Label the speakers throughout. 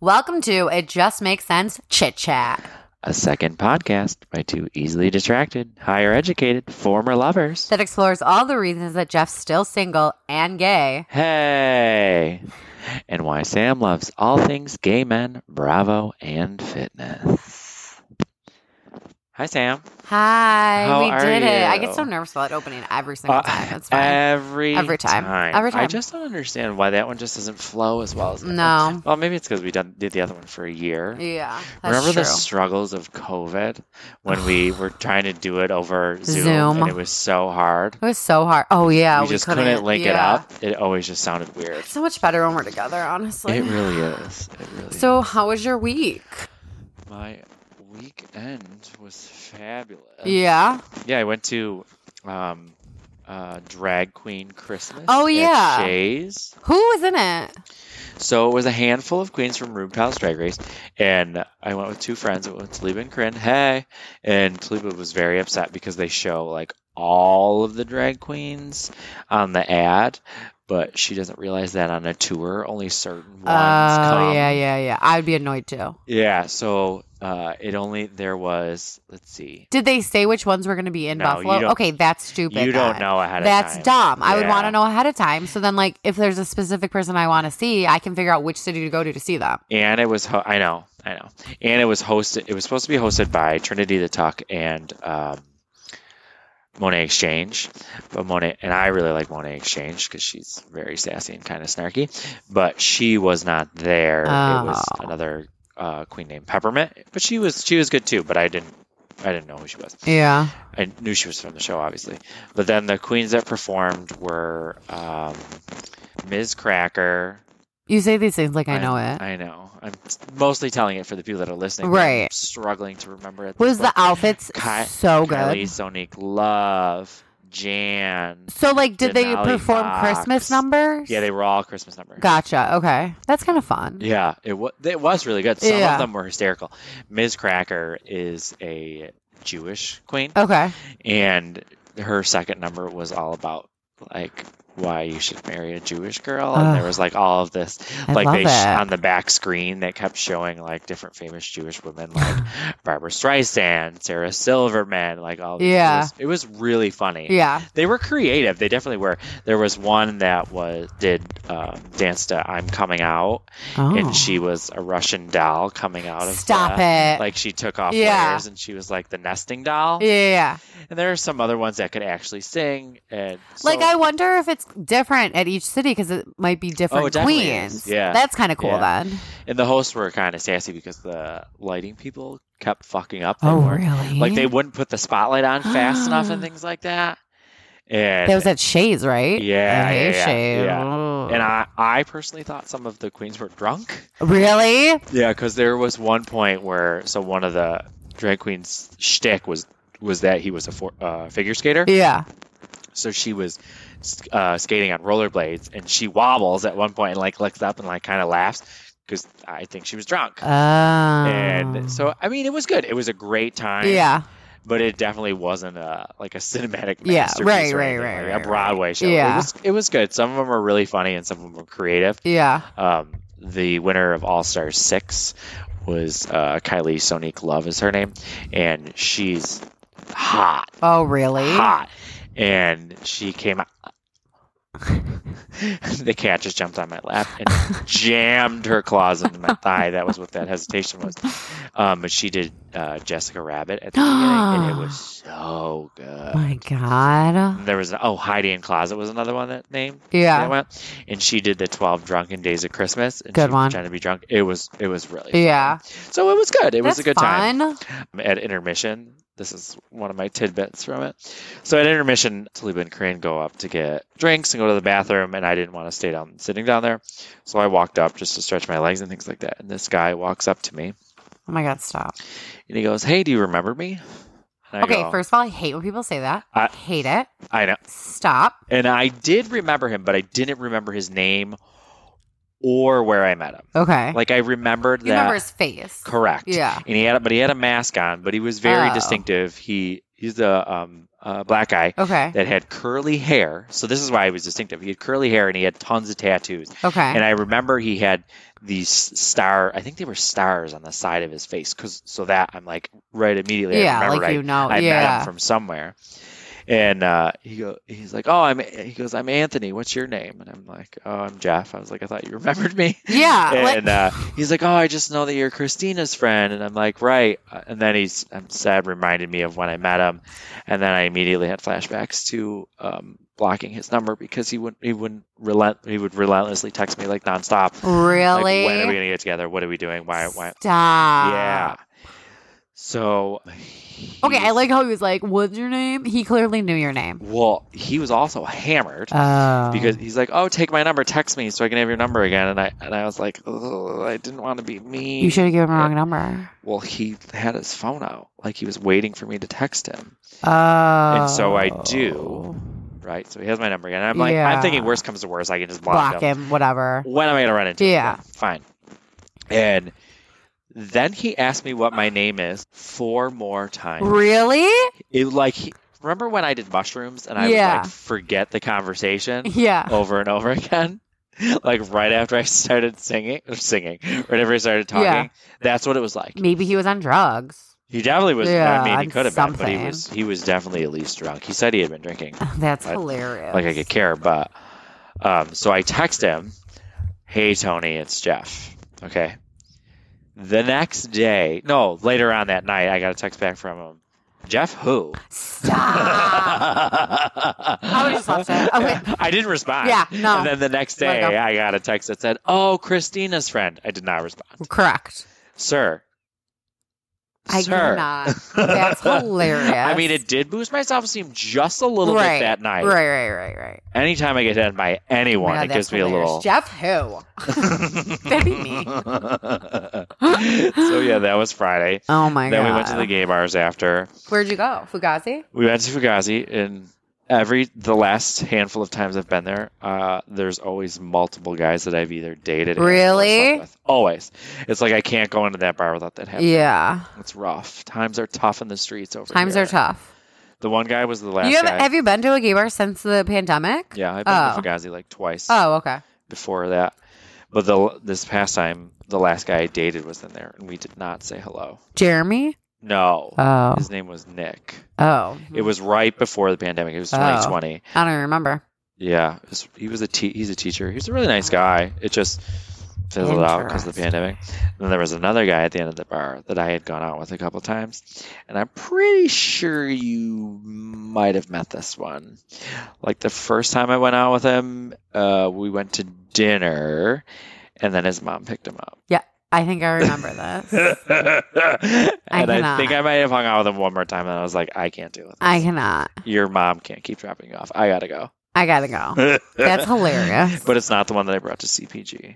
Speaker 1: Welcome to It Just Makes Sense Chit Chat.
Speaker 2: A second podcast by two easily distracted, higher educated former lovers.
Speaker 1: that explores all the reasons that Jeff's still single and gay.
Speaker 2: Hey! And why Sam loves all things gay men, bravo, and fitness. Hi, Sam.
Speaker 1: Hi,
Speaker 2: How
Speaker 1: we
Speaker 2: are
Speaker 1: did it. I get
Speaker 2: you?
Speaker 1: so nervous about opening every single
Speaker 2: Uh,
Speaker 1: time. It's fine.
Speaker 2: Every,
Speaker 1: Every time. Every
Speaker 2: I
Speaker 1: time.
Speaker 2: just don't understand why that one just doesn't flow as well as that one.
Speaker 1: no.
Speaker 2: Well, maybe it's because we done, did the other one for a year.
Speaker 1: Yeah. That's
Speaker 2: Remember
Speaker 1: true.
Speaker 2: the struggles of COVID when we were trying to do it over Zoom,
Speaker 1: Zoom.
Speaker 2: and it was so hard.
Speaker 1: It was so hard. Oh yeah,
Speaker 2: we, just couldn't, link it
Speaker 1: yeah.
Speaker 2: up. It always just sounded weird.
Speaker 1: It's so much better when we're together, honestly.
Speaker 2: It really is. It really
Speaker 1: so,
Speaker 2: is.
Speaker 1: how was your week?
Speaker 2: my weekend was fabulous.
Speaker 1: Yeah.
Speaker 2: Yeah, I went to um uh drag queen Christmas
Speaker 1: Oh,
Speaker 2: at
Speaker 1: yeah.
Speaker 2: Shays.
Speaker 1: Who was in it?
Speaker 2: So it was a handful of queens from RuPaul's Drag Race, and I went with two friends. I went with Taliba and Corinne. Hey, and Taliba was very upset because they show like all of the drag queens on the ad, but she doesn't realize that on a tour only certain ones
Speaker 1: Oh
Speaker 2: come.
Speaker 1: yeah, yeah, yeah. I'd be annoyed too.
Speaker 2: Yeah, so uh, it only there was let's see.
Speaker 1: Did they say which ones were going to be in
Speaker 2: No, you
Speaker 1: Buffalo?
Speaker 2: don't-
Speaker 1: Okay, that's stupid.
Speaker 2: you don't
Speaker 1: then.
Speaker 2: know ahead
Speaker 1: That's
Speaker 2: of time.
Speaker 1: dumb. I would want
Speaker 2: Yeah.
Speaker 1: to know ahead of time. So then, like, if there's a specific person I want to see, I can figure out which city to go to to see them.
Speaker 2: And it was ho- I know, I know. And it was hosted it was supposed to be hosted by Trinity the Tuck and um, Monet Exchange. But Monet and I really like Monet Exchange because she's very sassy and kind of snarky. But she was not there. It was
Speaker 1: Oh.
Speaker 2: another uh, queen named Peppermint. But she was she was good too, but I didn't I didn't know who she was.
Speaker 1: Yeah.
Speaker 2: I knew she was from the show, obviously. But then the queens that performed were um, Ms. Cracker.
Speaker 1: You say these things like I, know it.
Speaker 2: I know. I'm mostly telling it for the people that are listening. but I'm
Speaker 1: Right.
Speaker 2: struggling to remember it.
Speaker 1: was the outfits
Speaker 2: Ki-
Speaker 1: so good?
Speaker 2: Kylie, Sonique, Love, Jan.
Speaker 1: so, like, did they
Speaker 2: Denali
Speaker 1: perform
Speaker 2: Fox.
Speaker 1: Christmas numbers?
Speaker 2: Yeah, they were all Christmas numbers.
Speaker 1: Gotcha. Okay, that's kind of fun.
Speaker 2: Yeah, it was. It was really good. Some
Speaker 1: Yeah.
Speaker 2: of them were hysterical. Ms. Cracker is a Jewish queen.
Speaker 1: Okay.
Speaker 2: and her second number was all about like why you should marry a Jewish girl, and there
Speaker 1: Ugh.
Speaker 2: was like all of this,
Speaker 1: I
Speaker 2: like
Speaker 1: love
Speaker 2: they
Speaker 1: it.
Speaker 2: on the back screen they kept showing like different famous Jewish women, like Barbara Streisand, Sarah Silverman, like all. These,
Speaker 1: Yeah.
Speaker 2: it was, it was really funny.
Speaker 1: yeah.
Speaker 2: They were creative. They definitely were. There was one that was did um, dance to "I'm Coming Out,"
Speaker 1: Oh.
Speaker 2: and she was a Russian doll coming out of
Speaker 1: Stop
Speaker 2: the-
Speaker 1: it.
Speaker 2: Like she took off
Speaker 1: Yeah.
Speaker 2: layers and she was like the nesting doll.
Speaker 1: yeah, yeah, yeah.
Speaker 2: And there are some other ones that could actually sing. And
Speaker 1: like
Speaker 2: so-
Speaker 1: I wonder if it's different at each city because it might be
Speaker 2: Oh,
Speaker 1: different
Speaker 2: it definitely is.
Speaker 1: queens.
Speaker 2: Yeah.
Speaker 1: that's kind of cool
Speaker 2: Yeah.
Speaker 1: then.
Speaker 2: and the hosts were kind of sassy because the lighting people kept fucking up. They
Speaker 1: Oh,
Speaker 2: weren't-
Speaker 1: really?
Speaker 2: Like they wouldn't put the spotlight on fast enough and things like that. And
Speaker 1: That was at Shays, right?
Speaker 2: Yeah,
Speaker 1: I hate
Speaker 2: yeah, yeah,
Speaker 1: Shays.
Speaker 2: yeah.
Speaker 1: Ooh.
Speaker 2: and I, I personally thought some of the queens were drunk.
Speaker 1: really?
Speaker 2: Yeah, because there was one point where so one of the drag queens' shtick was was that he was a for, uh, figure skater.
Speaker 1: Yeah.
Speaker 2: So she was uh, skating on rollerblades, and she wobbles at one point and like looks up and like kind of laughs because I think she was drunk.
Speaker 1: Oh.
Speaker 2: and so I mean, it was good. It was a great time.
Speaker 1: Um. yeah,
Speaker 2: but it definitely wasn't a like a cinematic
Speaker 1: Yeah,
Speaker 2: masterpiece
Speaker 1: right,
Speaker 2: or
Speaker 1: right, right,
Speaker 2: anything like
Speaker 1: right, right.
Speaker 2: a Broadway show.
Speaker 1: Yeah.
Speaker 2: it was it was good. Some of them were really funny, and some of them were creative.
Speaker 1: yeah.
Speaker 2: Um, the winner of All Star Six was uh, Kylie Sonique Love is her name, and she's hot
Speaker 1: Oh, really?
Speaker 2: hot. And she came out. the cat just jumped on my lap and jammed her claws into my thigh. That was what that hesitation was. Um, but she did uh, Jessica Rabbit at the beginning, and it was so good.
Speaker 1: My God.
Speaker 2: And there was oh Heidi in Closet was another one that name that
Speaker 1: Yeah,
Speaker 2: went, and she did the Twelve Drunken Days of Christmas. And
Speaker 1: Good
Speaker 2: she was
Speaker 1: one.
Speaker 2: Trying to be drunk. It was it was really fun.
Speaker 1: yeah.
Speaker 2: So it was good. It was a good time
Speaker 1: time.
Speaker 2: at intermission. This is one of my tidbits from it. So at intermission, Taliba and Corinne go up to get drinks and go to the bathroom, and I didn't want to stay down sitting down there, so I walked up just to stretch my legs and things like that. And this guy walks up to me
Speaker 1: Oh my God! Stop.
Speaker 2: and he goes, "Hey, do you remember me?" And I
Speaker 1: Okay,
Speaker 2: go,
Speaker 1: first of all, I hate when people say that.
Speaker 2: I-
Speaker 1: hate it.
Speaker 2: I know,
Speaker 1: Stop.
Speaker 2: and I did remember him, but I didn't remember his name or where I met him.
Speaker 1: Okay.
Speaker 2: Like I remembered
Speaker 1: you
Speaker 2: that
Speaker 1: remember his face?
Speaker 2: correct.
Speaker 1: Yeah.
Speaker 2: and he had a, but he had a mask on, but he was very
Speaker 1: Oh.
Speaker 2: distinctive. He he's the um, uh, black guy
Speaker 1: Okay.
Speaker 2: that had curly hair. So this is why he was distinctive. He had curly hair and he had tons of tattoos.
Speaker 1: Okay.
Speaker 2: And I remember he had these star. I think they were stars on the side of his face. Cause so that I'm like right immediately. I
Speaker 1: yeah,
Speaker 2: remember
Speaker 1: like
Speaker 2: right
Speaker 1: you know.
Speaker 2: I met him
Speaker 1: yeah.
Speaker 2: from somewhere. And uh, he go, he's like, oh, I'm. He goes, I'm Anthony. What's your name? And I'm like, oh, I'm Jeff. I was like, I thought you remembered me.
Speaker 1: Yeah. like-
Speaker 2: And uh, he's like, oh, I just know that you're Christina's friend. And I'm like, right. Uh, And then he's I'm sad reminded me of when I met him, and then I immediately had flashbacks to um, blocking his number because he wouldn't he wouldn't relent he would relentlessly text me like nonstop. Like,
Speaker 1: really?
Speaker 2: when are we gonna get together? What are we doing? Why? Why?
Speaker 1: Stop.
Speaker 2: yeah. So.
Speaker 1: Okay, I
Speaker 2: he's-
Speaker 1: like how he was like, "What's your name?" He clearly knew your name.
Speaker 2: Well, he was also hammered
Speaker 1: Oh.
Speaker 2: because he's like, "Oh, take my number, text me, so I can have your number again." And I and I was like, "Ugh, "I didn't want to be mean."
Speaker 1: you should have given him the wrong number.
Speaker 2: Well, he had his phone out, like he was waiting for me to text him,
Speaker 1: Oh.
Speaker 2: so I do. right? So he has my number again. And I'm like,
Speaker 1: Yeah.
Speaker 2: I'm thinking, worst comes to worst, I can just block,
Speaker 1: Block
Speaker 2: him.
Speaker 1: him, whatever.
Speaker 2: When am I gonna run into? him?
Speaker 1: Yeah.
Speaker 2: fine. And then he asked me what my name is four more times.
Speaker 1: Really?
Speaker 2: It like he- remember when I did mushrooms and I
Speaker 1: Yeah.
Speaker 2: would like forget the conversation.
Speaker 1: Yeah.
Speaker 2: over and over again. Like right after I started singing, or singing, right after I started talking,
Speaker 1: Yeah.
Speaker 2: that's what it was like.
Speaker 1: Maybe he was on drugs.
Speaker 2: He definitely was.
Speaker 1: Yeah,
Speaker 2: I mean, he
Speaker 1: on
Speaker 2: could have been, but he
Speaker 1: something.
Speaker 2: was. He was definitely at least drunk. He said he had been drinking,
Speaker 1: That's
Speaker 2: Like-
Speaker 1: hilarious.
Speaker 2: like I could care. But um, so I text him, "Hey Tony, it's Jeff." Okay. The next day, no, later on that night, I got a text back from him. Jeff, who?
Speaker 1: Stop.
Speaker 2: I
Speaker 1: would've just left it. Oh, wait.
Speaker 2: I didn't respond.
Speaker 1: Yeah, no.
Speaker 2: And then the next
Speaker 1: Let it
Speaker 2: day,
Speaker 1: go.
Speaker 2: I got a text that said, "Oh, Christina's friend." I did not respond,
Speaker 1: Correct.
Speaker 2: sir.
Speaker 1: I
Speaker 2: sir.
Speaker 1: cannot. That's hilarious.
Speaker 2: I mean, it did boost my self-esteem just a little
Speaker 1: right.
Speaker 2: bit that night.
Speaker 1: Right, right, right, right.
Speaker 2: Anytime I get hit by
Speaker 1: Oh my
Speaker 2: anyone,
Speaker 1: God,
Speaker 2: it
Speaker 1: that's
Speaker 2: gives me a
Speaker 1: hilarious.
Speaker 2: little.
Speaker 1: Jeff who? That'd be me.
Speaker 2: so yeah, that was Friday.
Speaker 1: Oh my
Speaker 2: then
Speaker 1: god.
Speaker 2: we went to the gay bars after.
Speaker 1: Where'd you go? Fugazi?
Speaker 2: We went to Fugazi, and every the last handful of times I've been there, uh, there's always multiple guys that I've either dated. and or
Speaker 1: Really?
Speaker 2: slept with. Always. It's like I can't go into that bar without that happening.
Speaker 1: Yeah.
Speaker 2: It's rough. Times are tough in the streets over
Speaker 1: Times
Speaker 2: here.
Speaker 1: are tough.
Speaker 2: The one guy was the last
Speaker 1: You have
Speaker 2: guy.
Speaker 1: have you been to a gay bar since the pandemic?
Speaker 2: yeah, I've been
Speaker 1: Oh.
Speaker 2: to Fugazi like twice
Speaker 1: Oh, okay.
Speaker 2: before that, but the this past time, the last guy I dated was in there, and we did not say hello.
Speaker 1: Jeremy?
Speaker 2: No,
Speaker 1: Oh.
Speaker 2: his name was Nick.
Speaker 1: Oh.
Speaker 2: It was right before the pandemic. It was
Speaker 1: Oh.
Speaker 2: 2020.
Speaker 1: I don't even remember.
Speaker 2: Yeah, it was- he was a te- he's a teacher. He was a really nice guy. It just fizzled out because of the
Speaker 1: Interesting.
Speaker 2: pandemic. And then there was another guy at the end of the bar that I had gone out with a couple times, and I'm pretty sure you might have met this one. Like the first time I went out with him, uh, we went to dinner, and then his mom picked him up.
Speaker 1: I think I remember this.
Speaker 2: and I,
Speaker 1: cannot.
Speaker 2: think I might have hung out with him one more time, and I was like, I can't do it.
Speaker 1: I cannot.
Speaker 2: Your mom can't keep dropping you off. I gotta go.
Speaker 1: I gotta go. That's hilarious.
Speaker 2: But it's not the one that I brought to CPG.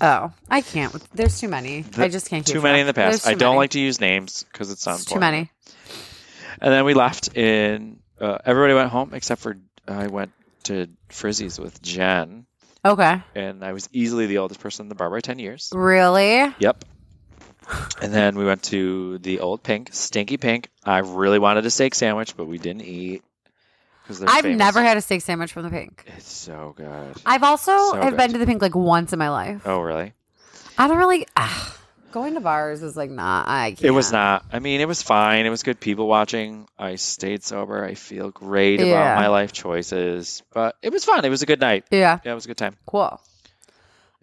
Speaker 1: Oh, I can't. There's too many.
Speaker 2: The-
Speaker 1: I just can't.
Speaker 2: Too
Speaker 1: keep
Speaker 2: many
Speaker 1: track.
Speaker 2: in the past.
Speaker 1: There's
Speaker 2: I
Speaker 1: too
Speaker 2: don't
Speaker 1: many.
Speaker 2: like to use names because it's not
Speaker 1: It's too many.
Speaker 2: important. And then we left in. Uh, everybody went home except for I went to Frizzy's with Jen,
Speaker 1: Okay,
Speaker 2: and I was easily the oldest person in the bar by ten years.
Speaker 1: really?
Speaker 2: Yep. And then we went to the old Pink, Stinky Pink. I really wanted a steak sandwich, but we didn't eat because
Speaker 1: I've never had a steak sandwich from the Pink.
Speaker 2: It's so good.
Speaker 1: I've also
Speaker 2: So
Speaker 1: have been
Speaker 2: good.
Speaker 1: to the Pink like once in my life.
Speaker 2: Oh, really?
Speaker 1: I don't really. ugh. going to bars is like not. I can't.
Speaker 2: It was not. I mean, it was fine. It was good people watching. I stayed sober. I feel great
Speaker 1: Yeah.
Speaker 2: about my life choices. But it was fun. It was a good night.
Speaker 1: Yeah,
Speaker 2: Yeah, it was a good time.
Speaker 1: cool.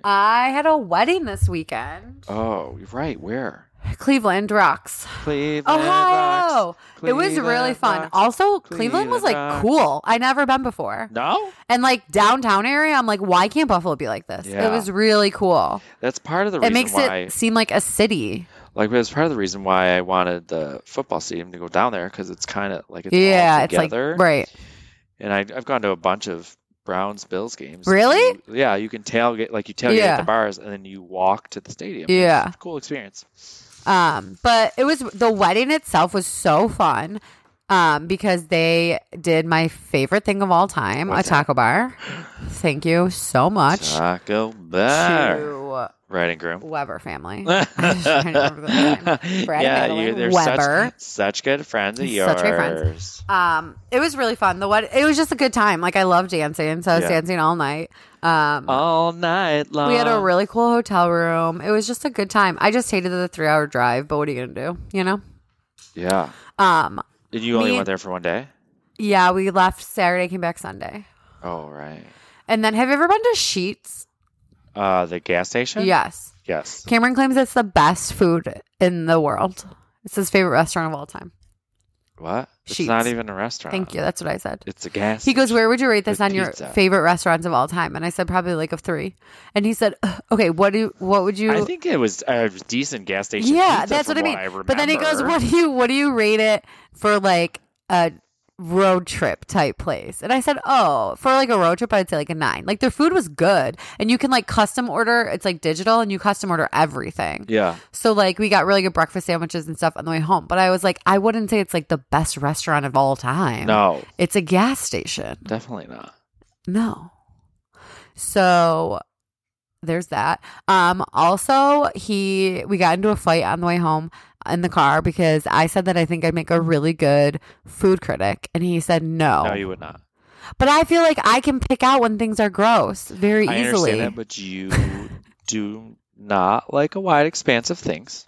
Speaker 1: I had a wedding this weekend.
Speaker 2: Oh, you're right. Where?
Speaker 1: Cleveland rocks.
Speaker 2: Cleveland rocks.
Speaker 1: Ohio. Oh, It was really
Speaker 2: Cleveland
Speaker 1: fun.
Speaker 2: rocks.
Speaker 1: Also, Cleveland was
Speaker 2: Cleveland
Speaker 1: like
Speaker 2: rocks.
Speaker 1: cool. I never been before.
Speaker 2: No,
Speaker 1: And like downtown area, I'm like, why can't Buffalo be like this?
Speaker 2: Yeah.
Speaker 1: It was really cool.
Speaker 2: that's part of the
Speaker 1: It
Speaker 2: reason
Speaker 1: makes
Speaker 2: why.
Speaker 1: it seem like a city.
Speaker 2: Like, that's part of the reason why I wanted the football stadium to go down there because it's kind of like it's
Speaker 1: yeah,
Speaker 2: all
Speaker 1: it's like
Speaker 2: together.
Speaker 1: right.
Speaker 2: And I, I've gone to a bunch of Browns Bills games.
Speaker 1: Really?
Speaker 2: You- yeah, you can tailgate like you tailgate
Speaker 1: Yeah.
Speaker 2: at the bars and then you walk to the stadium.
Speaker 1: Yeah.
Speaker 2: It's a cool experience.
Speaker 1: Um, but it was the wedding itself was so fun. Um, because they did my favorite thing of all time,
Speaker 2: What's
Speaker 1: a
Speaker 2: that?
Speaker 1: taco bar. Thank you so much
Speaker 2: Taco Bar.
Speaker 1: to
Speaker 2: bride and groom.
Speaker 1: Weber family. I just can't remember the name. Brad
Speaker 2: yeah,
Speaker 1: Madeline
Speaker 2: you, they're such,
Speaker 1: Weber.
Speaker 2: such good friends of yours.
Speaker 1: Such great friends. Um, it was really fun. The what? It was just a good time. Like I love dancing, so I was
Speaker 2: Yeah.
Speaker 1: dancing all night. Um,
Speaker 2: All night long.
Speaker 1: we had a really cool hotel room. It was just a good time. I just hated the three hour drive, but what are you gonna do? You know.
Speaker 2: yeah.
Speaker 1: Um.
Speaker 2: And you only
Speaker 1: Me-
Speaker 2: went there for one day.
Speaker 1: Yeah, we left Saturday, came back Sunday,
Speaker 2: Oh right.
Speaker 1: and then have you ever been to Sheets?
Speaker 2: Uh, the gas station.
Speaker 1: Yes.
Speaker 2: Yes.
Speaker 1: Cameron claims it's the best food in the world. It's his favorite restaurant of all time.
Speaker 2: What? It's
Speaker 1: Sheets.
Speaker 2: not even a restaurant.
Speaker 1: Thank you. That's what I said.
Speaker 2: Uh, It's a gas.
Speaker 1: He goes,
Speaker 2: station.
Speaker 1: Where would you rate this
Speaker 2: With
Speaker 1: on your
Speaker 2: pizza.
Speaker 1: favorite restaurants of all time? And I said, Probably like a three. And he said, "Ugh, Okay, what do what would you
Speaker 2: I think it was a decent gas station.
Speaker 1: Yeah,
Speaker 2: pizza
Speaker 1: that's
Speaker 2: from
Speaker 1: what I mean. but then he goes,
Speaker 2: remember.
Speaker 1: What do you what do you rate it for like a road trip type place? And I said, Oh, for like a road trip, I'd say like a nine. Like their food was good. And you can like custom order, it's like digital and you custom order everything.
Speaker 2: Yeah.
Speaker 1: So like we got really good breakfast sandwiches and stuff on the way home. But I was like, I wouldn't say it's like the best restaurant of all time.
Speaker 2: No,
Speaker 1: It's a gas station.
Speaker 2: definitely not.
Speaker 1: No. So there's that. Um also he we got into a fight on the way home in the car because I said that I think I'd make a really good food critic and he said no.
Speaker 2: No, you would not.
Speaker 1: but I feel like I can pick out when things are gross very
Speaker 2: I
Speaker 1: easily.
Speaker 2: understand that, but you do not like a wide expanse of things,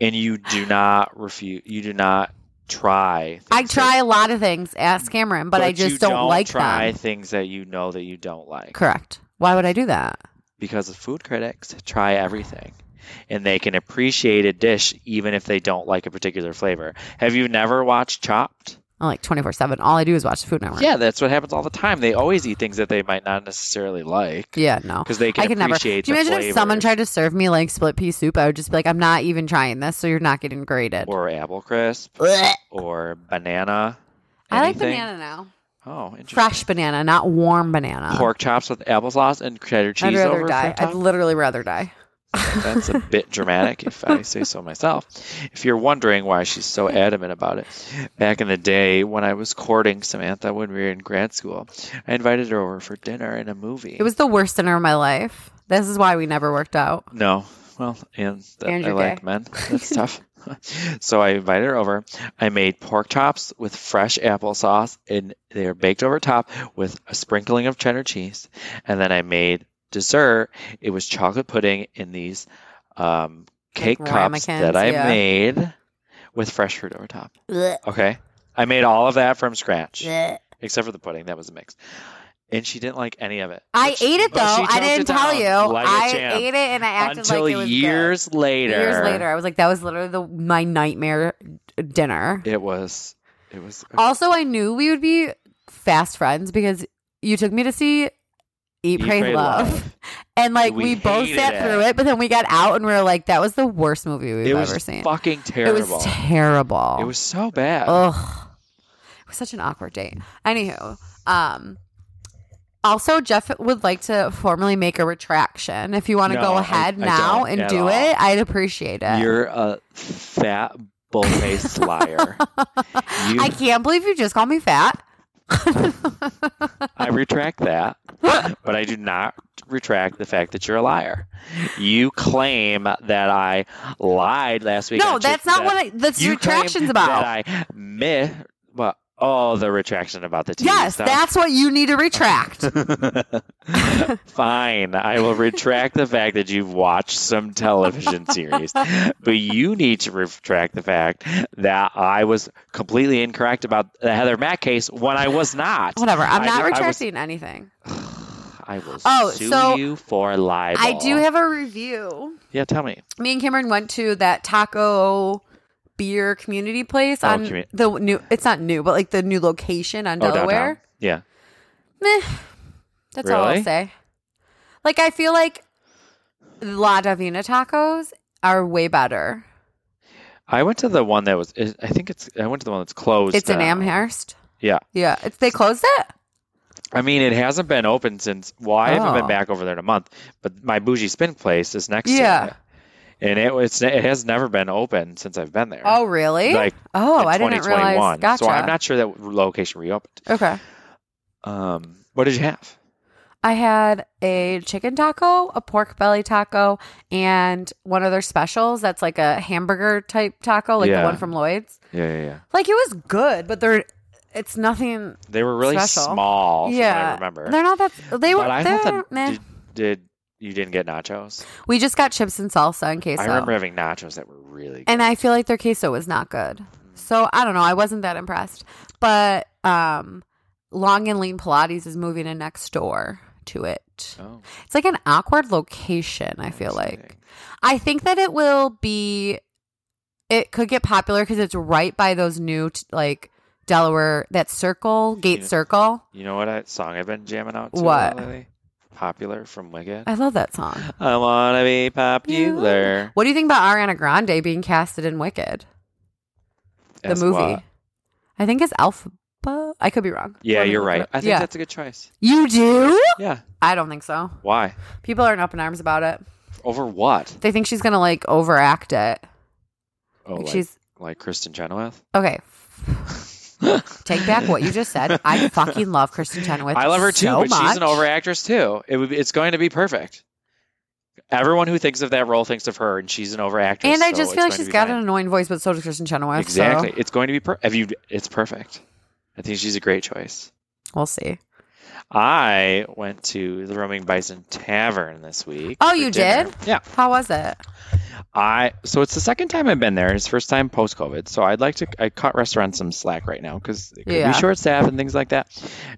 Speaker 2: and you do not refuse. You do not try.
Speaker 1: I
Speaker 2: things
Speaker 1: try
Speaker 2: that-
Speaker 1: a lot of things, ask Cameron, but, I
Speaker 2: you
Speaker 1: just don't, like
Speaker 2: try
Speaker 1: them.
Speaker 2: things that you know that you don't like
Speaker 1: Correct. Why would I do that?
Speaker 2: because the food critics try everything. And they can appreciate a dish even if they don't like a particular flavor. Have you never watched Chopped?
Speaker 1: I'm like 24 7. All I do is watch the Food Network.
Speaker 2: Yeah, that's what happens all the time. They always eat things that they might not necessarily like
Speaker 1: Yeah, no.
Speaker 2: because they can
Speaker 1: I could never. Do you
Speaker 2: appreciate.
Speaker 1: imagine
Speaker 2: the
Speaker 1: if someone
Speaker 2: flavors.
Speaker 1: tried to serve me like split pea soup? I would just be like, I'm not even trying this, so you're not getting graded.
Speaker 2: or apple crisp
Speaker 1: Blech.
Speaker 2: or banana?
Speaker 1: I like
Speaker 2: anything?
Speaker 1: banana now.
Speaker 2: Oh, interesting.
Speaker 1: Fresh banana, not warm banana.
Speaker 2: Pork chops with applesauce and cheddar cheese
Speaker 1: I'd rather
Speaker 2: over
Speaker 1: die.
Speaker 2: crop
Speaker 1: I'd
Speaker 2: top?
Speaker 1: literally rather die.
Speaker 2: That's a bit dramatic, if I say so myself. If you're wondering why she's so adamant about it, back in the day when I was courting Samantha when we were in grad school, I invited her over for dinner and a movie.
Speaker 1: It was the worst dinner of my life. This is why we never worked out.
Speaker 2: No. Well, and th-
Speaker 1: And
Speaker 2: I
Speaker 1: your
Speaker 2: like
Speaker 1: day.
Speaker 2: men. That's tough. so I invited her over. I made pork chops with fresh applesauce, and they were baked over top with a sprinkling of cheddar cheese. And then I made dessert. It was chocolate pudding in these um, cake cups
Speaker 1: ramekins,
Speaker 2: that I
Speaker 1: yeah.
Speaker 2: made with fresh fruit over top.
Speaker 1: Blech.
Speaker 2: Okay. I made all of that from scratch,
Speaker 1: Blech.
Speaker 2: except for the pudding. That was a mix. And she didn't like any of it.
Speaker 1: I
Speaker 2: But she-
Speaker 1: ate it
Speaker 2: but
Speaker 1: though.
Speaker 2: she
Speaker 1: I
Speaker 2: choked it
Speaker 1: didn't tell
Speaker 2: down
Speaker 1: you.
Speaker 2: like a
Speaker 1: I
Speaker 2: champ
Speaker 1: ate it and I acted
Speaker 2: until
Speaker 1: like it was good.
Speaker 2: years later.
Speaker 1: Years later, I was like, that was literally the my nightmare d- dinner.
Speaker 2: It was. It was.
Speaker 1: Also, I knew we would be fast friends because you took me to see Eat, Pray, Love. And like
Speaker 2: We
Speaker 1: we, both
Speaker 2: hated
Speaker 1: sat
Speaker 2: it.
Speaker 1: through it, but then we got out and we were like, that was the worst movie we've
Speaker 2: It
Speaker 1: ever
Speaker 2: was
Speaker 1: seen.
Speaker 2: fucking
Speaker 1: It
Speaker 2: terrible.
Speaker 1: was terrible. Oh,
Speaker 2: It was so bad.
Speaker 1: Ugh. It was such an awkward date. Anywho, um also Jeff would like to formally make a retraction. If you want to
Speaker 2: No,
Speaker 1: go
Speaker 2: I-
Speaker 1: ahead
Speaker 2: I
Speaker 1: now
Speaker 2: don't
Speaker 1: and
Speaker 2: at
Speaker 1: do
Speaker 2: all.
Speaker 1: it, I'd appreciate it.
Speaker 2: You're a fat, bull-faced liar. You,
Speaker 1: I
Speaker 2: I,
Speaker 1: can't believe you just called me fat.
Speaker 2: retract that, but I do not retract the fact that you're a liar. You claim that I lied last week.
Speaker 1: no,
Speaker 2: on
Speaker 1: that's
Speaker 2: Chick-
Speaker 1: not what I that's
Speaker 2: you claim
Speaker 1: retractions about.
Speaker 2: That I mi Well, oh, the retraction about the TV
Speaker 1: yes,
Speaker 2: stuff.
Speaker 1: that's what you need to retract.
Speaker 2: Fine. I will retract the fact that you've watched some television series, but you need to retract the fact that I was completely incorrect about the Heather Mack case when I was not.
Speaker 1: Whatever. I'm not
Speaker 2: I knew- I was-
Speaker 1: retracting anything.
Speaker 2: I will
Speaker 1: Oh,
Speaker 2: sue
Speaker 1: so
Speaker 2: you for libel.
Speaker 1: I do have Oh, a review.
Speaker 2: Yeah, tell me.
Speaker 1: me and Cameron went to that taco beer community place
Speaker 2: Oh,
Speaker 1: on
Speaker 2: commu-
Speaker 1: the new it's not new but like the new location on
Speaker 2: Oh, downtown.
Speaker 1: Delaware.
Speaker 2: Yeah.
Speaker 1: Meh. That's all
Speaker 2: Really?
Speaker 1: I'll say. Like I feel like La Davina tacos are way better.
Speaker 2: I went to the one that was. I think it's. I went to the one that's closed.
Speaker 1: It's in
Speaker 2: now.
Speaker 1: Amherst.
Speaker 2: Yeah.
Speaker 1: Yeah, it's they closed it.
Speaker 2: I mean, it hasn't been open since. Well, I haven't been
Speaker 1: Oh.
Speaker 2: back over there in a month, but my bougie spin place is next
Speaker 1: Yeah.
Speaker 2: to it, and it was it has never been open since I've been there.
Speaker 1: Oh, really?
Speaker 2: like
Speaker 1: oh,
Speaker 2: in
Speaker 1: I didn't
Speaker 2: 2021.
Speaker 1: realize. Gotcha.
Speaker 2: So I'm not sure that location reopened.
Speaker 1: okay.
Speaker 2: Um, what did you have?
Speaker 1: I had a chicken taco, a pork belly taco, and one of their specials that's like a hamburger type taco, like
Speaker 2: Yeah.
Speaker 1: the one from Lloyd's.
Speaker 2: Yeah, yeah, yeah.
Speaker 1: Like it was good, but they're it's nothing.
Speaker 2: They were really
Speaker 1: Special.
Speaker 2: small. From yeah,
Speaker 1: yeah,
Speaker 2: I remember.
Speaker 1: they're not that. They were.
Speaker 2: but I
Speaker 1: they're,
Speaker 2: thought
Speaker 1: meh.
Speaker 2: that did, did you didn't get nachos?
Speaker 1: we just got chips and salsa and queso,
Speaker 2: I remember having nachos that were really good.
Speaker 1: and I feel like their queso was not good. So I don't know. I wasn't that impressed. But um, Long and Lean Pilates is moving in next door to it.
Speaker 2: oh,
Speaker 1: It's like an awkward location. I feel like.
Speaker 2: interesting.
Speaker 1: I think that it will be. It could get popular because it's right by those new t- like Delaware that circle gate
Speaker 2: Yeah.
Speaker 1: circle.
Speaker 2: You know what I, song I've been jamming out to
Speaker 1: What?
Speaker 2: lately? Popular from Wicked.
Speaker 1: I love that song.
Speaker 2: I wanna be popular.
Speaker 1: What do you think about Ariana Grande being casted in Wicked, the
Speaker 2: As
Speaker 1: movie?
Speaker 2: what?
Speaker 1: I think it's Alphaba. I could be wrong.
Speaker 2: Yeah,
Speaker 1: Let me
Speaker 2: you're
Speaker 1: look it
Speaker 2: right.
Speaker 1: up.
Speaker 2: I think
Speaker 1: yeah.
Speaker 2: that's a good choice.
Speaker 1: you do.
Speaker 2: Yeah.
Speaker 1: I don't think so.
Speaker 2: Why?
Speaker 1: People aren't up in arms about it.
Speaker 2: Over what?
Speaker 1: They think she's gonna like overact it.
Speaker 2: Oh,
Speaker 1: Like,
Speaker 2: like,
Speaker 1: she's
Speaker 2: like Kristen Chenoweth.
Speaker 1: okay. Take back what you just said. I fucking love Kristen Chenoweth.
Speaker 2: I love her too,
Speaker 1: so
Speaker 2: but she's an
Speaker 1: much.
Speaker 2: over actress too. It would, it's going to be perfect. Everyone who thinks of that role thinks of her, and she's an over actress.
Speaker 1: And I
Speaker 2: so
Speaker 1: just
Speaker 2: it's
Speaker 1: feel like
Speaker 2: going to
Speaker 1: she's
Speaker 2: be
Speaker 1: got
Speaker 2: fine.
Speaker 1: an annoying voice, but so does Kristen Chenoweth. so
Speaker 2: exactly. It's going to be per- have you? It's perfect. I think she's a great choice.
Speaker 1: we'll see.
Speaker 2: I went to the Roaming Bison Tavern this week.
Speaker 1: Oh,
Speaker 2: for
Speaker 1: you
Speaker 2: dinner.
Speaker 1: did?
Speaker 2: Yeah.
Speaker 1: How was it?
Speaker 2: I so it's the second time I've been there. It's first time post COVID. So I'd like to I cut restaurants some slack right now because it could
Speaker 1: Yeah.
Speaker 2: be short staff and things like that.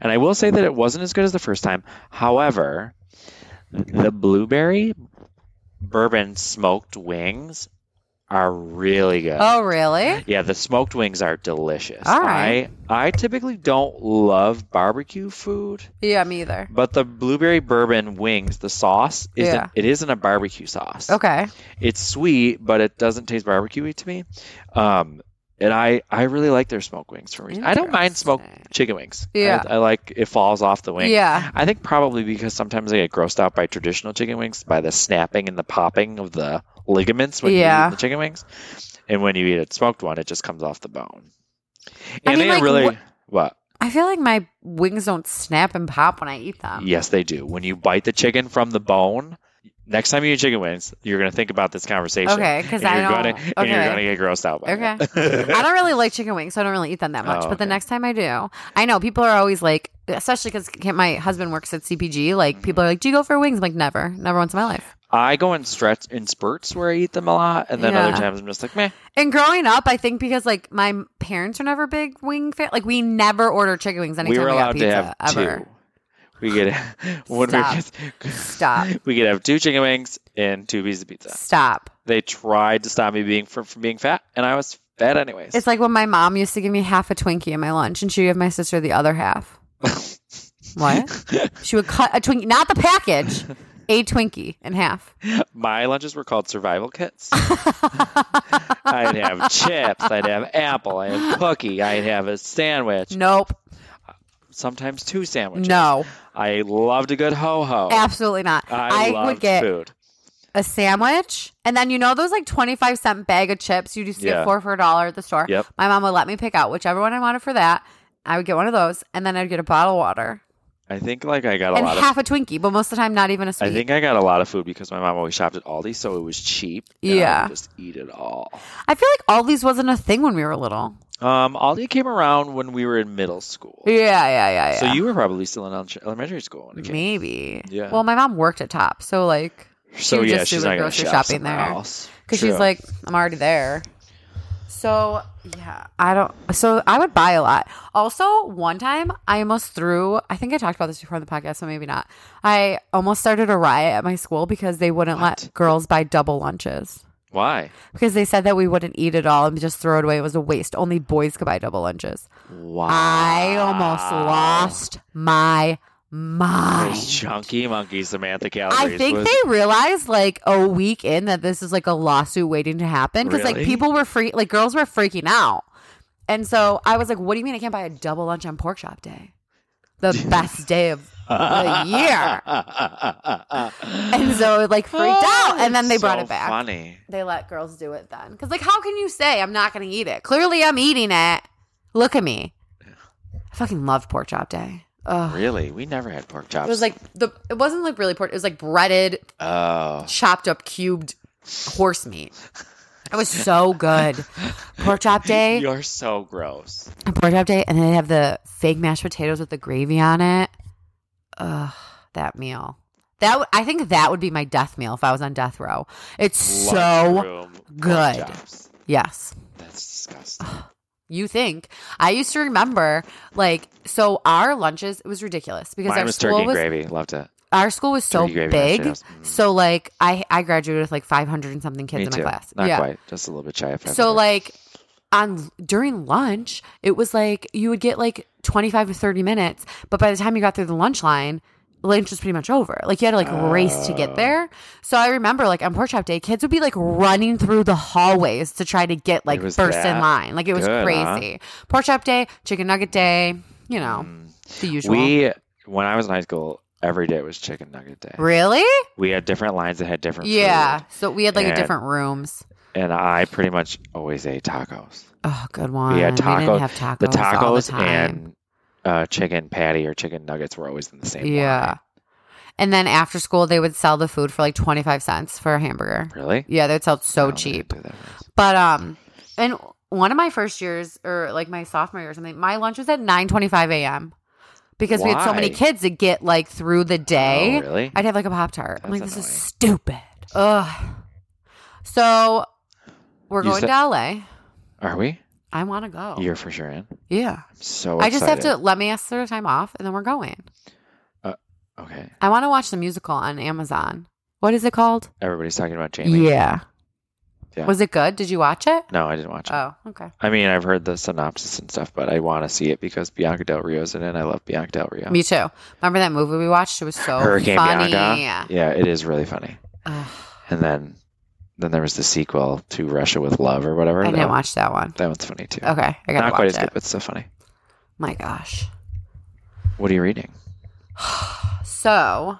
Speaker 2: And I will say that it wasn't as good as the first time. However, the blueberry bourbon smoked wings are really good.
Speaker 1: Oh, really?
Speaker 2: Yeah, the smoked wings are delicious.
Speaker 1: All right.
Speaker 2: I I typically don't love barbecue food.
Speaker 1: Yeah, me either.
Speaker 2: But the blueberry bourbon wings, the sauce isn't
Speaker 1: Yeah.
Speaker 2: it isn't a barbecue sauce.
Speaker 1: Okay.
Speaker 2: It's sweet, but it doesn't taste barbecuey to me. Um and I, I really like their smoked wings for me. I don't mind smoked
Speaker 1: Interesting.
Speaker 2: chicken wings. I-
Speaker 1: Yeah.
Speaker 2: I, like it falls off the wing.
Speaker 1: Yeah.
Speaker 2: I think probably because sometimes I get grossed out by traditional chicken wings by the snapping and the popping of the ligaments when you
Speaker 1: Yeah.
Speaker 2: eat the chicken wings. And when you eat a smoked one, it just comes off the bone. And
Speaker 1: I mean,
Speaker 2: they
Speaker 1: like,
Speaker 2: really
Speaker 1: what-
Speaker 2: what?
Speaker 1: I feel like my wings don't snap and pop when I eat them.
Speaker 2: Yes, they do. When you bite the chicken from the bone, next time you eat chicken wings, you're gonna think about this conversation.
Speaker 1: Okay, 'cause
Speaker 2: And
Speaker 1: I
Speaker 2: you're
Speaker 1: don't-
Speaker 2: Gonna, And you're
Speaker 1: okay.
Speaker 2: gonna get grossed out by
Speaker 1: Okay.
Speaker 2: it.
Speaker 1: I don't really like chicken wings, so I don't really eat them that much.
Speaker 2: Oh,
Speaker 1: But the
Speaker 2: okay.
Speaker 1: next time I do, I know people are always like, especially because my husband works at CPG. Like
Speaker 2: Mm-hmm.
Speaker 1: people are like, "Do you go for wings?" I'm like, "Never, never once in my life."
Speaker 2: I go in stretch in spurts where I eat them a lot, and then other
Speaker 1: Yeah.
Speaker 2: times I'm just like, meh.
Speaker 1: And growing up, I think because like my parents are never big wing fan, like we never order chicken wings anytime
Speaker 2: we
Speaker 1: we,
Speaker 2: were
Speaker 1: got
Speaker 2: allowed to
Speaker 1: pizza
Speaker 2: have
Speaker 1: ever.
Speaker 2: two. We get when
Speaker 1: Stop.
Speaker 2: we get
Speaker 1: Stop.
Speaker 2: we could have two chicken wings and two pieces of pizza.
Speaker 1: Stop.
Speaker 2: They tried to stop me being from, from being fat, and I was fat anyways.
Speaker 1: It's like when my mom used to give me half a Twinkie in my lunch, and she would give my sister the other half. what? She would cut a Twinkie, not the package, a Twinkie in half.
Speaker 2: My lunches were called survival kits. I'd have chips. I'd have apple. I'd have cookie. I'd have a sandwich.
Speaker 1: Nope.
Speaker 2: Sometimes two sandwiches.
Speaker 1: No.
Speaker 2: I loved a good ho ho.
Speaker 1: Absolutely not.
Speaker 2: I,
Speaker 1: I, would
Speaker 2: loved
Speaker 1: get
Speaker 2: food.
Speaker 1: a sandwich, and then you know those like twenty five cent bag of chips you just get
Speaker 2: Yeah.
Speaker 1: four for a dollar at the store.
Speaker 2: Yep.
Speaker 1: My mom would let me pick out whichever one I wanted for that. I would get one of those, and then I'd get a bottle of water
Speaker 2: I think like I got a
Speaker 1: and
Speaker 2: lot of.
Speaker 1: half a Twinkie, but most of the time not even a sweet.
Speaker 2: I think I got a lot of food because my mom always shopped at Aldi, so it was cheap. and I would
Speaker 1: Yeah.
Speaker 2: just eat it all.
Speaker 1: I feel like all these wasn't a thing when we were little.
Speaker 2: Um, Aldi came around when we were in middle school.
Speaker 1: Yeah, yeah, yeah, Mm-hmm. yeah.
Speaker 2: So you were probably still in elementary- elementary school when it came.
Speaker 1: maybe.
Speaker 2: Yeah.
Speaker 1: Well, my mom worked at Top, so like,
Speaker 2: So
Speaker 1: would
Speaker 2: yeah,
Speaker 1: just do
Speaker 2: she's
Speaker 1: the
Speaker 2: not gonna
Speaker 1: grocery
Speaker 2: shop
Speaker 1: shopping
Speaker 2: somewhere
Speaker 1: there.
Speaker 2: else.
Speaker 1: because
Speaker 2: True.
Speaker 1: she's like, I'm already there. So yeah, I don't. So I would buy a lot. Also, one time I almost threw. I think I talked about this before on the podcast, so maybe not. I almost started a riot at my school because they wouldn't let girls buy double lunches
Speaker 2: why?
Speaker 1: because they said that we wouldn't eat it all and just throw it away. It was a waste. Only boys could buy double lunches.
Speaker 2: Wow.
Speaker 1: I almost lost my
Speaker 2: Those
Speaker 1: mind.
Speaker 2: chunky monkey Samantha calories.
Speaker 1: I think
Speaker 2: was-
Speaker 1: they realized like a week in that this is like a lawsuit waiting to happen because
Speaker 2: Really?
Speaker 1: like people were free, like girls were freaking out, and so I was like, "What do you mean I can't buy a double lunch on Pork Chop Day, the best day of the year?" And so it like freaked out, and then they brought
Speaker 2: Oh, So
Speaker 1: it back.
Speaker 2: Funny.
Speaker 1: They let girls do it then because like how can you say I'm not going to eat it? Clearly I'm eating it. Look at me. I fucking love Pork Chop Day. Ugh.
Speaker 2: Really? We never had pork chops.
Speaker 1: It was like the. It wasn't like really pork. It was like breaded,
Speaker 2: oh,
Speaker 1: chopped up, cubed horse meat. It was so good. Pork chop day.
Speaker 2: You're so gross.
Speaker 1: a pork chop day, and then they have the fake mashed potatoes with the gravy on it. Ugh, that meal. That w- I think that would be my death meal if I was on death row. It's so
Speaker 2: Lunchroom pork
Speaker 1: good.
Speaker 2: chops.
Speaker 1: yes.
Speaker 2: That's disgusting.
Speaker 1: You think I used to remember like so our lunches it was ridiculous because
Speaker 2: Mine
Speaker 1: our
Speaker 2: was
Speaker 1: school
Speaker 2: turkey
Speaker 1: was
Speaker 2: gravy. Loved it.
Speaker 1: our school was so
Speaker 2: turkey gravy mashed
Speaker 1: big.
Speaker 2: potatoes. Mm.
Speaker 1: So like I I graduated with like 500 and something kids
Speaker 2: Me
Speaker 1: in my
Speaker 2: too.
Speaker 1: class.
Speaker 2: Not
Speaker 1: yeah.
Speaker 2: quite. Just a little bit shy of
Speaker 1: So
Speaker 2: 500.
Speaker 1: like on during lunch, it was like you would get like 25 to 30 minutes, but by the time you got through the lunch line, lunch was pretty much over. Like you had to like race to
Speaker 2: Oh.
Speaker 1: get there. So I remember like on pork chop day, kids would be like running through the hallways to try to get like
Speaker 2: It was
Speaker 1: first in
Speaker 2: that
Speaker 1: line. Like it was
Speaker 2: good, huh?
Speaker 1: crazy. Pork chop day, chicken nugget day, you know,
Speaker 2: Mm.
Speaker 1: the usual.
Speaker 2: we when I was in high school, every day was chicken nugget day.
Speaker 1: really?
Speaker 2: We had different lines that had different.
Speaker 1: Yeah.
Speaker 2: food,
Speaker 1: So we had like a
Speaker 2: And-
Speaker 1: different rooms.
Speaker 2: and I pretty much always ate tacos.
Speaker 1: Oh, good one.
Speaker 2: had
Speaker 1: didn't
Speaker 2: taco-
Speaker 1: have tacos.
Speaker 2: the
Speaker 1: all the
Speaker 2: tacos
Speaker 1: time.
Speaker 2: and uh, chicken patty or chicken nuggets were always in the same.
Speaker 1: Yeah. And then after school, they would sell the food for like 25 cents for a hamburger.
Speaker 2: line. Really?
Speaker 1: Yeah, they'd sell it
Speaker 2: I
Speaker 1: so
Speaker 2: don't think I
Speaker 1: cheap.
Speaker 2: did that once.
Speaker 1: But, um, and one of my first years or like my sophomore year or something, my lunch was at 9 25 a.m. because we had so many
Speaker 2: Why?
Speaker 1: kids to get like through the day.
Speaker 2: Oh, really?
Speaker 1: I'd have like a Pop Tart. I'm like,
Speaker 2: That's
Speaker 1: this is
Speaker 2: annoying.
Speaker 1: stupid. Ugh. So we're
Speaker 2: You
Speaker 1: going
Speaker 2: said-
Speaker 1: to LA.
Speaker 2: Are we?
Speaker 1: I want to go.
Speaker 2: You're for sure in.
Speaker 1: yeah.
Speaker 2: I'm so.
Speaker 1: Oh. I just have to
Speaker 2: excited.
Speaker 1: let me ask the time off and then we're going.
Speaker 2: Okay.
Speaker 1: I want to watch the musical on Amazon. What is it called?
Speaker 2: Everybody's talking about Jamie.
Speaker 1: Yeah.
Speaker 2: Yeah.
Speaker 1: Was it good? Did you watch it?
Speaker 2: No, I didn't watch it.
Speaker 1: Oh, okay.
Speaker 2: I mean, I've heard the synopsis and stuff, but I want to see it because Bianca Del Rio's in it. and I love Bianca Del Rio.
Speaker 1: Me too. Remember that movie we watched? It was so
Speaker 2: Hurricane
Speaker 1: funny.
Speaker 2: Bianca. Yeah, it is really funny.
Speaker 1: Ugh,
Speaker 2: And then, then there was the sequel to Russia with Love or whatever.
Speaker 1: I
Speaker 2: that,
Speaker 1: didn't watch that one.
Speaker 2: That one's funny too.
Speaker 1: Okay, I gotta
Speaker 2: Not quite
Speaker 1: watch
Speaker 2: as good,
Speaker 1: it.
Speaker 2: but still funny.
Speaker 1: My gosh.
Speaker 2: What are you reading?
Speaker 1: So,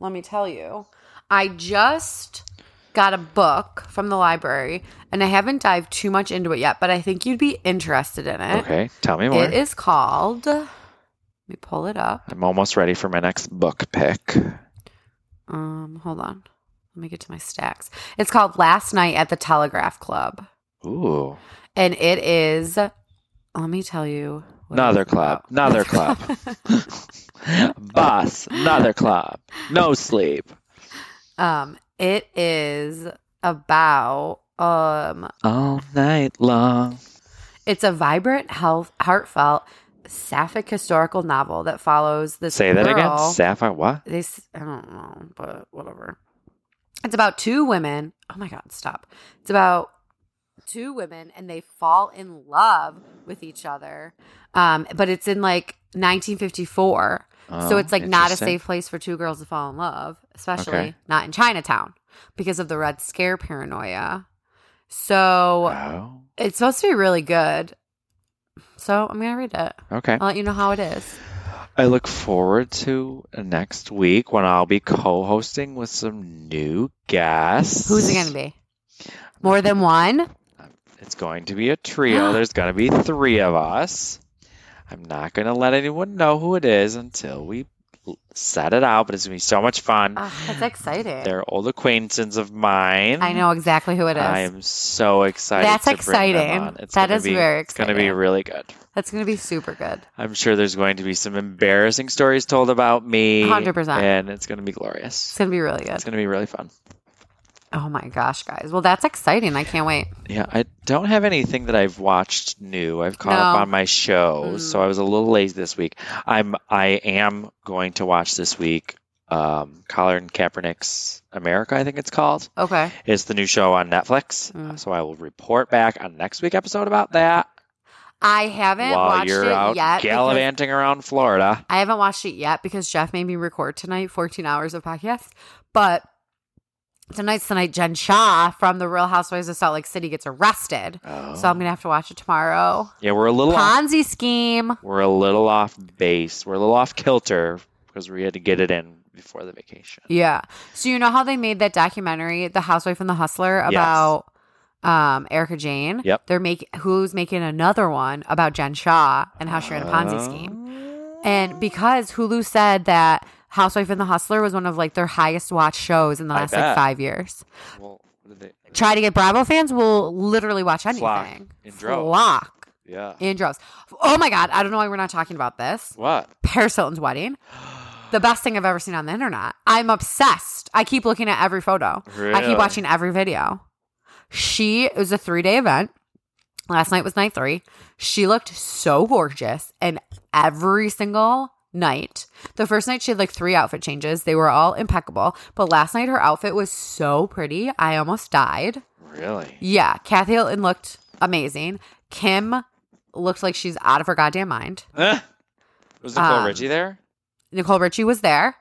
Speaker 1: let me tell you, I just got a book from the library, and I haven't dived too much into it yet, but I think you'd be interested in it.
Speaker 2: Okay, tell me more.
Speaker 1: Uh, It is called. Let me pull it up.
Speaker 2: I'm almost ready for my next book pick.
Speaker 1: Um, hold on. Let me get to my stacks. It's called Last Night at the Telegraph Club.
Speaker 2: Ooh,
Speaker 1: And it is let me tell you what it
Speaker 2: another
Speaker 1: is
Speaker 2: club,
Speaker 1: about.
Speaker 2: another club. Boss, another club. No sleep.
Speaker 1: um it is about um
Speaker 2: All night long.
Speaker 1: it's a vibrant, health heartfelt, sapphic historical novel that follows this
Speaker 2: Say that again.
Speaker 1: girl-
Speaker 2: Sapphire, what?
Speaker 1: they s- I don't know, but whatever. It's about two women. Oh my god, stop. It's about two women and they fall in love with each other. Um but it's in like 1954. so
Speaker 2: Oh,
Speaker 1: it's like not a
Speaker 2: interesting.
Speaker 1: safe place for two girls to fall in love, especially
Speaker 2: Okay.
Speaker 1: not in Chinatown because of the red scare paranoia. So
Speaker 2: Wow.
Speaker 1: it's supposed to be really good. So I'm going to read it.
Speaker 2: Oh, Okay.
Speaker 1: I'll let you know how it is.
Speaker 2: I look forward to next week when I'll be co-hosting with some new guests.
Speaker 1: Who's it going to be? More than one?
Speaker 2: It's going to be a trio. There's going to be three of us. I'm not going to let anyone know who it is until we l- set it out, but it's going to be so much fun.
Speaker 1: Oh, that's exciting.
Speaker 2: They're old acquaintances of mine.
Speaker 1: I know exactly who it is.
Speaker 2: I am so excited.
Speaker 1: That's
Speaker 2: to bring them
Speaker 1: exciting.
Speaker 2: on. It's
Speaker 1: That
Speaker 2: gonna
Speaker 1: is
Speaker 2: be-
Speaker 1: very
Speaker 2: It's going to be
Speaker 1: exciting.
Speaker 2: really good.
Speaker 1: That's going to be super good.
Speaker 2: I'm sure there's going to be some embarrassing stories told about me.
Speaker 1: 100%.
Speaker 2: And it's going to be
Speaker 1: It's
Speaker 2: glorious.
Speaker 1: going to be really
Speaker 2: It's
Speaker 1: good.
Speaker 2: going to be really fun.
Speaker 1: Oh my gosh, guys. Well, that's exciting. I can't wait.
Speaker 2: Yeah, I don't have anything that I've watched new. I've caught up
Speaker 1: No. Mm-hmm.
Speaker 2: on my shows, so I was a little lazy this week. I'm I am going to watch this week um Collar and Kaepernick's America, I think it's called.
Speaker 1: Okay.
Speaker 2: It's the new show on Netflix.
Speaker 1: Mm.
Speaker 2: So I will report back on next week episode about that
Speaker 1: I haven't
Speaker 2: while
Speaker 1: watched
Speaker 2: you're
Speaker 1: it
Speaker 2: out
Speaker 1: yet. because-
Speaker 2: gallivanting around Florida.
Speaker 1: I haven't watched it yet because Jeff made me record tonight 14 hours of podcasts. But tonight's the night Jen Shaw from The Real Housewives of Salt Lake City gets arrested.
Speaker 2: Oh.
Speaker 1: So I'm going to have to watch it tomorrow.
Speaker 2: yeah, we're a little off,
Speaker 1: Ponzi scheme.
Speaker 2: we're a little off base. We're a little off kilter because we had to get it in before the vacation.
Speaker 1: Yeah. So you know how they made that documentary, The Housewife and the Hustler,
Speaker 2: Yes.
Speaker 1: about um Erica Jane?
Speaker 2: Yep. Uh-huh.
Speaker 1: They're making who's making another one about Jen Shaw and how she ran a Ponzi scheme.
Speaker 2: Oh.
Speaker 1: And because Hulu said that Housewife and the Hustler was one of like their highest watched shows in the
Speaker 2: I
Speaker 1: last like
Speaker 2: bet.
Speaker 1: five years.
Speaker 2: Well, what did they-
Speaker 1: Try to get Bravo fans will literally watch anything.
Speaker 2: Flock in droves.
Speaker 1: Flock
Speaker 2: yeah.
Speaker 1: in droves. Oh my God. I don't know why we're not talking about this.
Speaker 2: What?
Speaker 1: Paris Hilton's wedding. The best thing I've ever seen on the internet. I'm obsessed. I keep looking at every photo. I
Speaker 2: Really?
Speaker 1: keep watching every video. She it was a three day event. Last night was night three. She looked so gorgeous, and every single night, the first night she had like three outfit changes. They were all impeccable, but last night her outfit was so pretty. I almost died.
Speaker 2: Really?
Speaker 1: Yeah, Kathy Hilton looked amazing. Kim looked like she's out of her goddamn mind.
Speaker 2: Eh? Was Nicole
Speaker 1: Um,
Speaker 2: Richie there?
Speaker 1: Nicole Richie was there.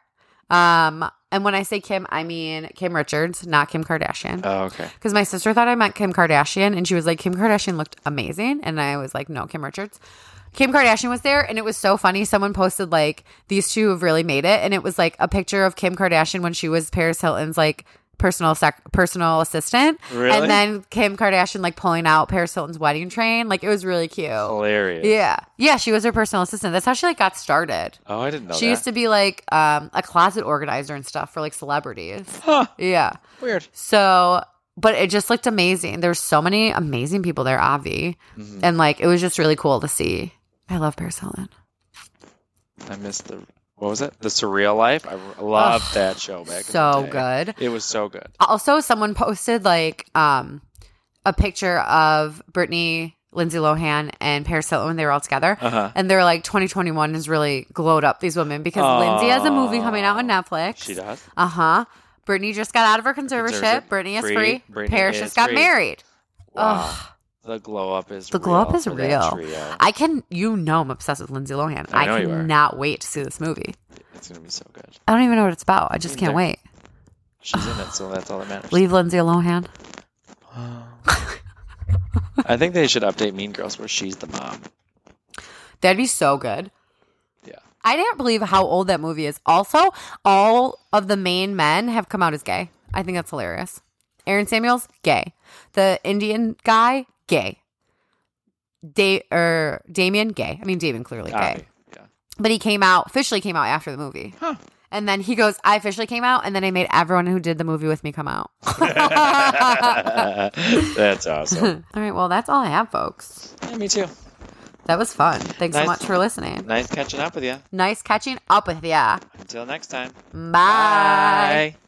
Speaker 1: Um, and when I say Kim, I mean Kim Richards, not Kim Kardashian.
Speaker 2: Oh, okay.
Speaker 1: Because my sister thought I meant Kim Kardashian, and she was like, Kim Kardashian looked amazing. And I was like, no, Kim Richards. Kim Kardashian was there, and it was so funny. Someone posted, like, these two have really made it. And it was like a picture of Kim Kardashian when she was Paris Hilton's, like, personal sec- personal assistant.
Speaker 2: Really?
Speaker 1: And then Kim Kardashian, like, pulling out Paris Hilton's wedding train. Like, it was really cute.
Speaker 2: Hilarious.
Speaker 1: Yeah. Yeah. She was her personal assistant. That's how she, like, got started.
Speaker 2: Oh, I didn't know
Speaker 1: She
Speaker 2: that.
Speaker 1: used to be like um, a closet organizer and stuff for like celebrities.
Speaker 2: Huh.
Speaker 1: Yeah.
Speaker 2: Weird.
Speaker 1: So, but it just looked amazing. There's so many amazing people there, Avi.
Speaker 2: Mhm.
Speaker 1: And like, it was just really cool to see. I love Paris Hilton.
Speaker 2: I missed the what was it? The Surreal Life. I r- loved
Speaker 1: Ugh,
Speaker 2: that show back. in
Speaker 1: So
Speaker 2: the day.
Speaker 1: good.
Speaker 2: It was so good.
Speaker 1: Also, someone posted like um, a picture of Brittany, Lindsay Lohan, and Paris Hilton when they were all together.
Speaker 2: Uh huh.
Speaker 1: And they're like, 2021 has really glowed up these women because Lindsay has a movie coming out on
Speaker 2: Aw.
Speaker 1: Netflix.
Speaker 2: She does.
Speaker 1: Uh huh. Brittany just got out of her conservatorship.
Speaker 2: Conservatorship.
Speaker 1: Brittany is
Speaker 2: Free.
Speaker 1: free.
Speaker 2: Brittany
Speaker 1: Paris
Speaker 2: is
Speaker 1: just got
Speaker 2: free.
Speaker 1: married.
Speaker 2: Wow.
Speaker 1: Ugh.
Speaker 2: The glow up is
Speaker 1: The glow up
Speaker 2: real
Speaker 1: is
Speaker 2: for that
Speaker 1: real.
Speaker 2: trio.
Speaker 1: I can, you know, I'm obsessed with Lindsay Lohan.
Speaker 2: I
Speaker 1: I,
Speaker 2: know you are.
Speaker 1: cannot wait to see this movie.
Speaker 2: It's gonna be so good.
Speaker 1: I don't even know what it's about. I just
Speaker 2: Me
Speaker 1: can't
Speaker 2: neither.
Speaker 1: wait.
Speaker 2: She's in it, so that's all that matters.
Speaker 1: Leave Lindsay Lohan.
Speaker 2: I think they should update Mean Girls where she's the mom.
Speaker 1: That'd be so good.
Speaker 2: Yeah.
Speaker 1: I didn't believe how old that movie is. Also, all of the main men have come out as gay. I think that's hilarious. Aaron Samuels, gay. The Indian guy, gay. Da- or Damien, gay. I mean, Damien clearly gay.
Speaker 2: Abby. Yeah.
Speaker 1: But he came out, officially came out after the movie.
Speaker 2: Huh.
Speaker 1: And then he goes, I officially came out. And then I made everyone who did the movie with me come out.
Speaker 2: That's awesome.
Speaker 1: all right. Well, that's all I have, folks.
Speaker 2: Yeah, me too.
Speaker 1: That was fun. Thanks so
Speaker 2: Nice.
Speaker 1: much for listening.
Speaker 2: Nice catching up with you.
Speaker 1: Nice catching up with ya.
Speaker 2: Until next time.
Speaker 1: Bye.
Speaker 2: Bye.